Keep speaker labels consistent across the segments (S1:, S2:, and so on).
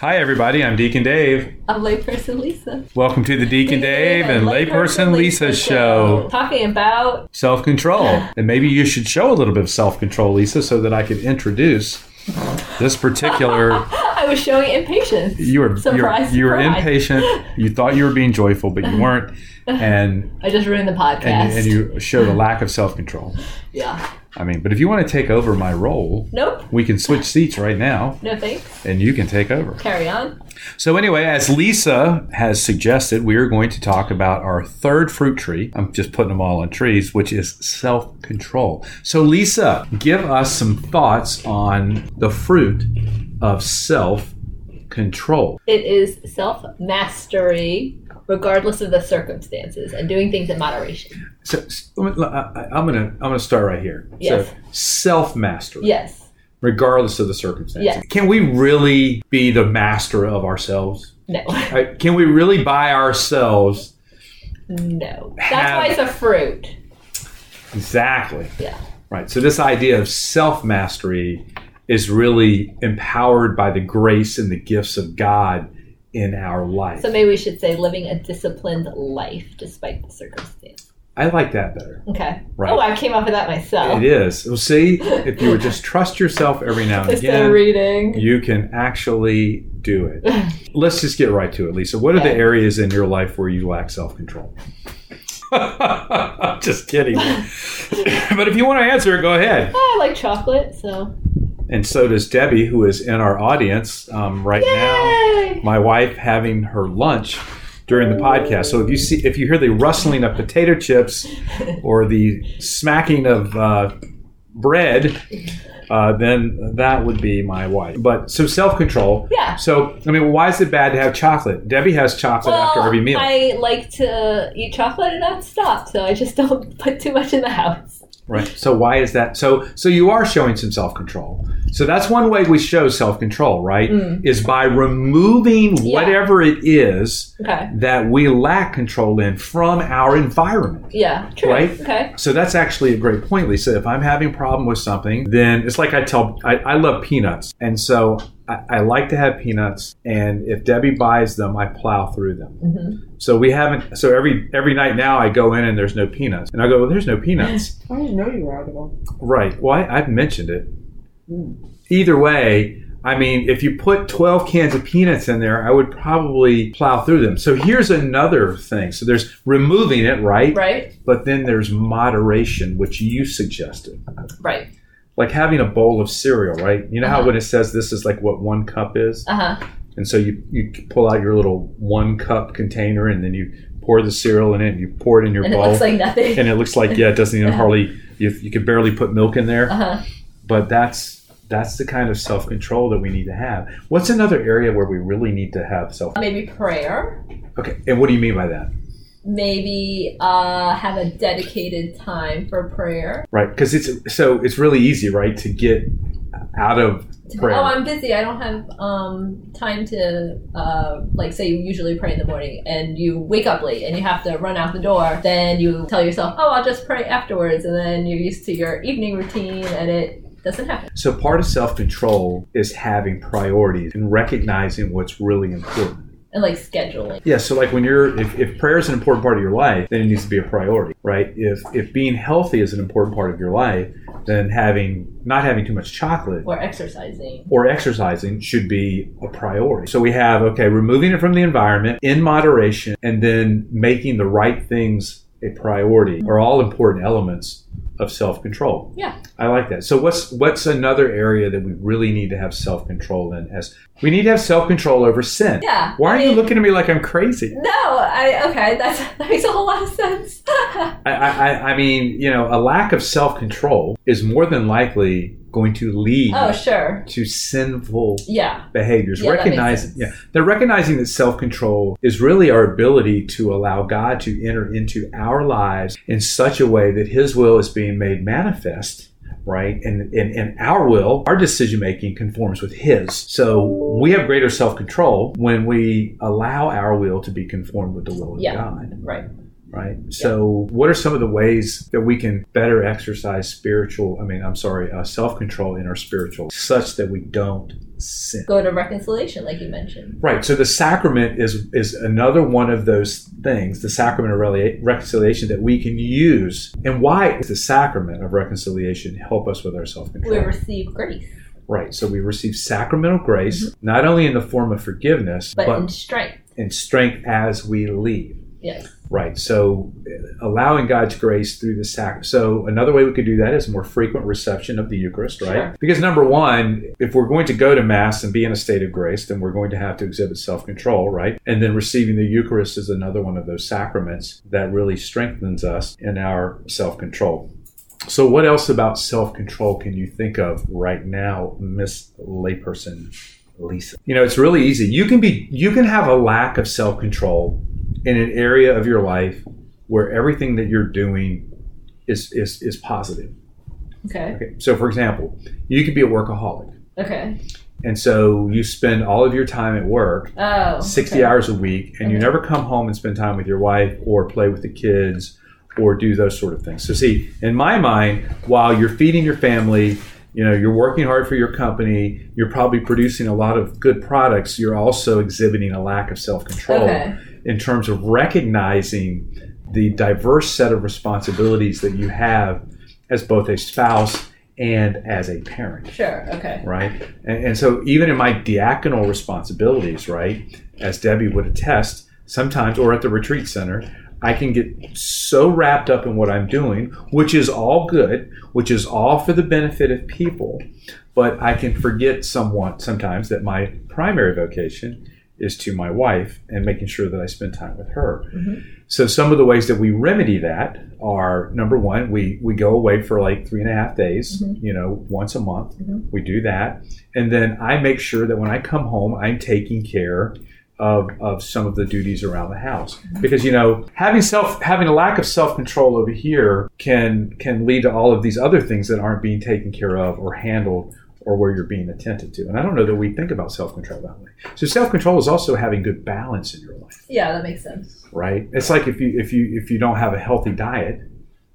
S1: Hi, everybody. I'm Deacon Dave.
S2: I'm layperson Lisa.
S1: Welcome to the Deacon Dave and Layperson Lisa show.
S2: Talking about
S1: Self control. And maybe you should show a little bit of self control, Lisa, so that I could introduce this particular.
S2: I was showing impatience.
S1: You were you were,
S2: Surprise,
S1: you were
S2: surprise.
S1: impatient. You thought you were being joyful, but you weren't, and
S2: I just ruined the podcast.
S1: and, you- and you showed a lack of self control.
S2: yeah.
S1: I mean, but if you want to take over my role,
S2: Nope.
S1: we can switch seats right now,
S2: No thanks.
S1: and you can take over.
S2: Carry on.
S1: So, anyway, as Lisa has suggested, we are going to talk about our third fruit tree. I'm just putting them all on trees, which is self control. So, Lisa, give us some thoughts on the fruit of self control.
S2: It is self mastery, regardless of the circumstances, and doing things in moderation.
S1: So, s- let me- I- I- I'm gonna I'm gonna start right here.
S2: Yes.
S1: So, self mastery,
S2: Yes.
S1: regardless of the circumstances.
S2: Yes.
S1: Can we really be the master of ourselves?
S2: No.
S1: Uh, Can we really buy ourselves
S2: No. That's
S1: Have-
S2: why it's a fruit.
S1: Exactly.
S2: Yeah.
S1: Right. So this idea of self mastery is really empowered by the grace and the gifts of God in our life.
S2: So maybe we should say living a disciplined life despite the circumstance.
S1: I like that better.
S2: Okay.
S1: Right.
S2: Oh, I came up with that myself.
S1: It is. Well, see, if you would just trust yourself every now and
S2: Instead of
S1: again,
S2: reading.
S1: you can actually do it. Let's just get right to it, Lisa. What are the
S2: Okay.
S1: areas in your life where you lack self control? I'm just kidding. but if you want to answer it, go ahead.
S2: I like chocolate, so.
S1: And so does Debbie, who is in our audience um, right now.
S2: Yay!
S1: My wife having her lunch during the podcast. So if you see, if you hear the rustling of potato chips or the smacking of uh, bread, uh, then that would be my wife. But so self control.
S2: Yeah.
S1: So I mean, why is it bad to have chocolate? Debbie has chocolate after every meal.
S2: I like to eat chocolate and not stop, so I just don't put too much in the house.
S1: Right. So why is that? So so you are showing some self control. So that's one way we show self control, right? Is by removing
S2: Mm. Yeah.
S1: whatever it is
S2: Okay.
S1: that we lack control in from our environment.
S2: Yeah. True.
S1: Right?
S2: Okay.
S1: So that's actually a great point, Lisa. If I'm having a problem with something, then it's like I tell I, I love peanuts, and so I, I like to have peanuts. And if Debbie buys them, I plow through them.
S2: Mm-hmm.
S1: So we haven't. So every every night now, I go in and there's no peanuts, and I go, well, there's no peanuts.
S3: I didn't know you were out of them.
S1: Right. Well, I, I've mentioned it.
S2: Hmm.
S1: Either way, I mean, if you put 12 cans of peanuts in there, I would probably plow through them. So here's another thing. So there's removing it, right?
S2: Right.
S1: But then there's moderation, which you suggested.
S2: Right.
S1: Like having a bowl of cereal, right? You know how
S2: Uh-huh.
S1: when it says this is like what one cup is?
S2: Uh huh.
S1: And so you, you pull out your little one cup container and then you pour the cereal in it and you pour it in your
S2: And it
S1: bowl.
S2: looks like nothing.
S1: and it looks like, yeah, it doesn't even hardly, you, you could barely put milk in there
S2: Uh huh.
S1: but that's that's the kind of self control that we need to have. What's another area where we really need to have self?
S2: Maybe prayer.
S1: Okay, and what do you mean by that?
S2: Maybe uh, have a dedicated time for prayer.
S1: Right, because it's so it's really easy, right, to get out of prayer.
S2: Oh, I'm busy. I don't have um, time to, uh, like, say you usually pray in the morning and you wake up late and you have to run out the door. Then you tell yourself, oh, I'll just pray afterwards. And then you're used to your evening routine and it doesn't happen.
S1: so part of self control is having priorities and recognizing what's really important.
S2: And, like, scheduling.
S1: Yeah, so like when you're if, if prayer is an important part of your life, then it needs to be a priority, right? If if being healthy is an important part of your life, then having not having too much chocolate
S2: or exercising.
S1: or exercising should be a priority. So we have, okay, removing it from the environment in moderation and then making the right things a priority are all important elements of self-control.
S2: Yeah.
S1: I like that. So what's what's another area that we really need to have self-control in as we need to have self-control over sin.
S2: Yeah,
S1: Why
S2: I
S1: are you
S2: mean-
S1: looking at me like I'm crazy?
S2: No, I okay. That's, that makes a whole lot of sense.
S1: I, I, I- I mean, you know, a lack of self-control is more than likely going to lead
S2: oh sure,
S1: to sinful
S2: yeah,
S1: behaviors.
S2: Yeah, that makes
S1: recognizing,
S2: sense.
S1: yeah, they're recognizing that self control is really our ability to allow God to enter into our lives in such a way that His will is being made manifest. Right, and, and and our will, our decision making conforms with His. So we have greater self control when we allow our will to be conformed with the will of
S2: Yeah.
S1: God.
S2: right.
S1: Right. So, what are some of the ways that we can better exercise spiritual? I mean, I'm sorry, uh, self control in our spiritual, such that we don't sin.
S2: Go to reconciliation, like you mentioned.
S1: Right. So the sacrament is is another one of those things, the sacrament of relia- reconciliation that we can use. And why does the sacrament of reconciliation help us with our self
S2: We
S1: control?
S2: receive grace,
S1: Right. So we receive sacramental grace, not only in the form of forgiveness,
S2: Mm-hmm. but,
S1: but,
S2: in strength.
S1: in strength as we leave.
S2: Yes.
S1: Right. So uh, allowing God's grace through the sacrament. So another way we could do that is more frequent reception of the Eucharist, right?
S2: Sure.
S1: Because number one, if we're going to go to Mass and be in a state of grace, then we're going to have to exhibit self control, right? And then receiving the Eucharist is another one of those sacraments that really strengthens us in our self control. So, what else about self control can you think of right now, Miss Layperson Lisa? You know, it's really easy. You can be, you can have a lack of self control in an area of your life where everything that you're doing is is, is positive.
S2: Okay.
S1: Okay. So, for example, you could be a workaholic,
S2: Okay.
S1: and so you spend all of your time at work,
S2: Oh.
S1: 60
S2: okay.
S1: hours a week, and you
S2: Okay.
S1: never come home and spend time with your wife or play with the kids or do those sort of things. So, see, in my mind, while you're feeding your family, you know, you're working hard for your company, you're probably producing a lot of good products, you're also exhibiting a lack of self control
S2: Okay.
S1: in terms of recognizing the diverse set of responsibilities that you have as both a spouse and as a parent,
S2: Sure. Okay.
S1: right? And, and so, even in my diaconal responsibilities, right, as Debbie would attest, sometimes, or at the retreat center, I can get so wrapped up in what I'm doing, which is all good, which is all for the benefit of people, but I can forget somewhat sometimes that my primary vocation is to my wife and making sure that I spend time with her.
S2: Mhm.
S1: So some of the ways that we remedy that are number one, we we go away for like three and a half days,
S2: Mhm.
S1: you know, once a month.
S2: Mhm.
S1: We do that. And then I make sure that when I come home, I'm taking care of, of some of the duties around the house. Because you know, having self having a lack of self control over here can can lead to all of these other things that aren't being taken care of or handled or where you're being attentive to. And I don't know that we think about self control that way. So self control is also having good balance in your life
S2: Yeah, that makes sense.
S1: right? It's like if you if you if you don't have a healthy diet,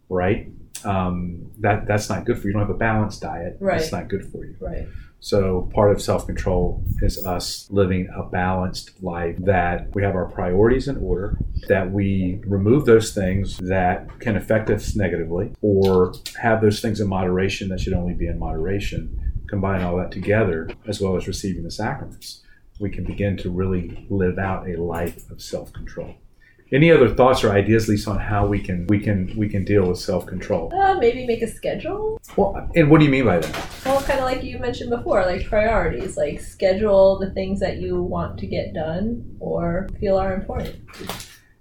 S1: right? Um, that that's not good for you. You don't have a balanced diet.
S2: Right.
S1: That's not good for you.
S2: Right.
S1: So part of self control is us living a balanced life that we have our priorities in order, that we remove those things that can affect us negatively, or have those things in moderation that should only be in moderation. Combine all that together, as well as receiving the sacraments, we can begin to really live out a life of self control. Any other thoughts or ideas, Lisa, on how we can we can we can deal with self control?
S2: Uh, maybe make a schedule.
S1: Well, and what do you mean by that?
S2: Well, kind of like you mentioned before, like priorities, like schedule the things that you want to get done or feel are important.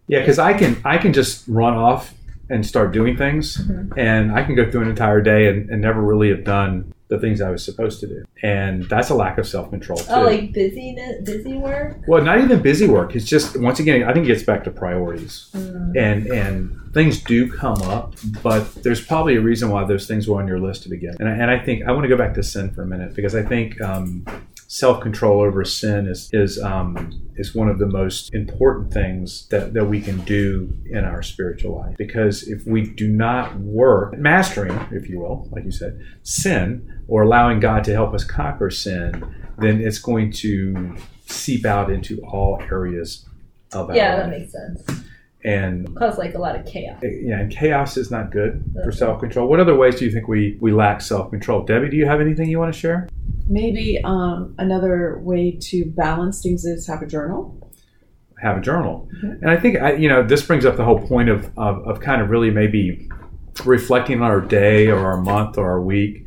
S1: Yeah, because I can I can just run off and start doing things,
S2: Mhm.
S1: and I can go through an entire day and, and never really have done the things I was supposed to do, and that's a lack of self control too.
S2: Oh, like busyness, busy work.
S1: well, not even busy work. It's just once again, I think it gets back to priorities,
S2: Mm,
S1: and and things do come up, but there's probably a reason why those things were on your list to begin. And I, and I think I want to go back to sin for a minute because I think. Um, Self control over sin is is um, is one of the most important things that, that we can do in our spiritual life. Because if we do not work at mastering, if you will, like you said, sin or allowing God to help us conquer sin, then it's going to seep out into all areas of our
S2: yeah, that
S1: life.
S2: makes sense.
S1: And
S2: Cause like a lot of chaos.
S1: yeah, and chaos is not good for
S2: Okay.
S1: self control. What other ways do you think we, we lack self control? Debbie, do you have anything you want to share?
S3: Maybe um, another way to balance things is have a journal.
S1: Have a journal.
S3: Mhm.
S1: And I think, I, you know, this brings up the whole point of, of, of kind of really maybe reflecting on our day or our month or our week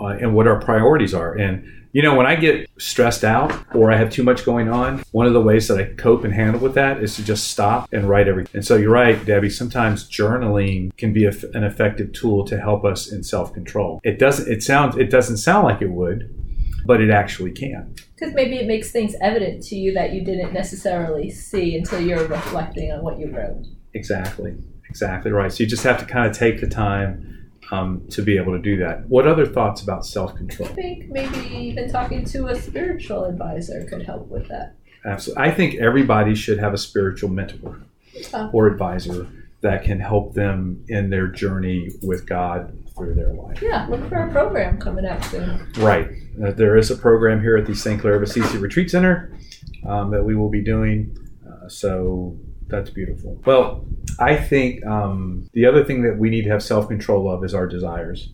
S1: uh, and what our priorities are. And, you know, when I get stressed out or I have too much going on, one of the ways that I cope and handle with that is to just stop and write everything. And so you're right, Debbie, sometimes journaling can be a, an effective tool to help us in self-control. It doesn't it sounds it doesn't sound like it would, but it actually can.
S2: Because maybe it makes things evident to you that you didn't necessarily see until you're reflecting on what you wrote.
S1: Exactly. Exactly right. So you just have to kind of take the time um, to be able to do that. What other thoughts about self-control?
S2: I think maybe even talking to a spiritual advisor could help with that.
S1: Absolutely. I think everybody should have a spiritual mentor
S2: Oh.
S1: or advisor that can help them in their journey with God through their life.
S2: Yeah, look for a program coming up soon.
S1: Right. Uh, there is a program here at the St. Clair of Assisi Retreat Center um, that we will be doing. Uh, so that's beautiful. Well, I think um, the other thing that we need to have self control of is our desires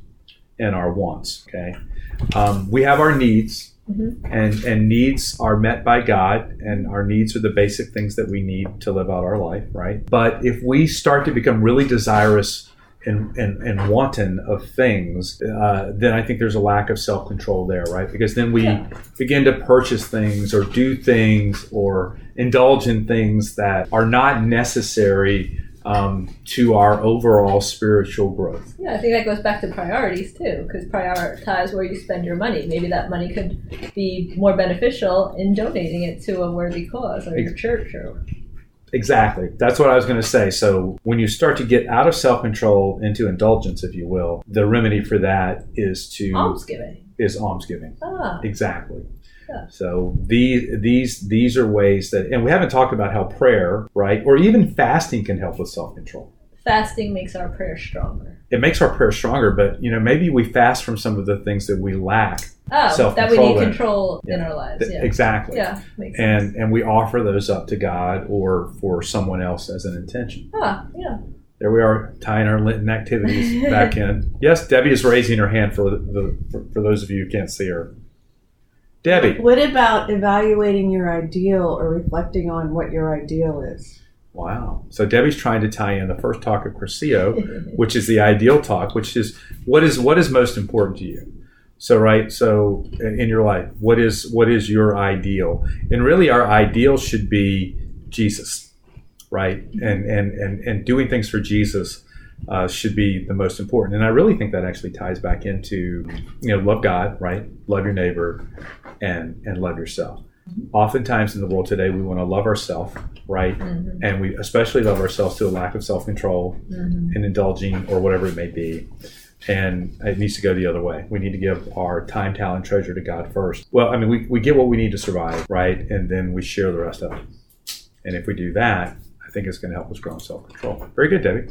S1: and our wants. Okay. Um, we have our needs.
S2: Mhm.
S1: And, and needs are met by God, and our needs are the basic things that we need to live out our life, right? But if we start to become really desirous and, and, and wanton of things, uh, then I think there's a lack of self control there, right? Because then we
S2: Yeah.
S1: begin to purchase things or do things or indulge in things that are not necessary um, to our overall spiritual growth.
S2: Yeah, I think that goes back to priorities too, because prioritize where you spend your money. Maybe that money could be more beneficial in donating it to a worthy cause or your church or
S1: Exactly. That's what I was going to say. So, when you start to get out of self control into indulgence, if you will, the remedy for that is to
S2: almsgiving.
S1: is almsgiving.
S2: Ah,
S1: Exactly.
S2: Yeah.
S1: So these these these are ways that, and we haven't talked about how prayer, right, or even fasting can help with self control.
S2: fasting makes our prayer stronger.
S1: It makes our prayer stronger, but you know maybe we fast from some of the things that we lack.
S2: Oh, that we
S1: Self-control
S2: need
S1: then.
S2: control in
S1: Yeah.
S2: our lives.
S1: Th-
S2: Yeah,
S1: Exactly.
S2: yeah, makes sense.
S1: And and we offer those up to God or for someone else as an intention.
S2: Ah, yeah.
S1: There we are tying our Lenten activities back in. Yes, Debbie is raising her hand for the for, for those of you who can't see her. Debbie.
S3: What about evaluating your ideal or reflecting on what your ideal is?
S1: Wow. So Debbie's trying to tie in the first talk of Crescio,
S2: Mm-hmm,
S1: which is the ideal talk, which is what is what is most important to you. So right, so in your life, what is what is your ideal? And really our ideal should be Jesus. Right? And and and and doing things for Jesus uh, should be the most important. And I really think that actually ties back into you know, love God, right? Love your neighbor and and love yourself. Oftentimes in the world today we want to love ourselves, right?
S2: Mhm.
S1: and we especially love ourselves to a lack of self-control
S2: Mhm.
S1: and indulging or whatever it may be and it needs to go the other way we need to give our time talent treasure to god first well i mean we, we get what we need to survive right and then we share the rest of it and if we do that i think it's going to help us grow in self-control very good debbie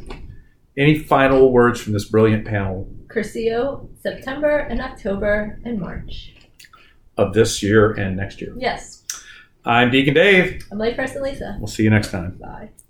S1: any final words from this brilliant panel
S2: Curcio, September and October and March.
S1: of this year and next year
S2: Yes.
S1: i'm deacon dave
S2: I'm late person Lisa.
S1: we'll see you next time
S2: Bye.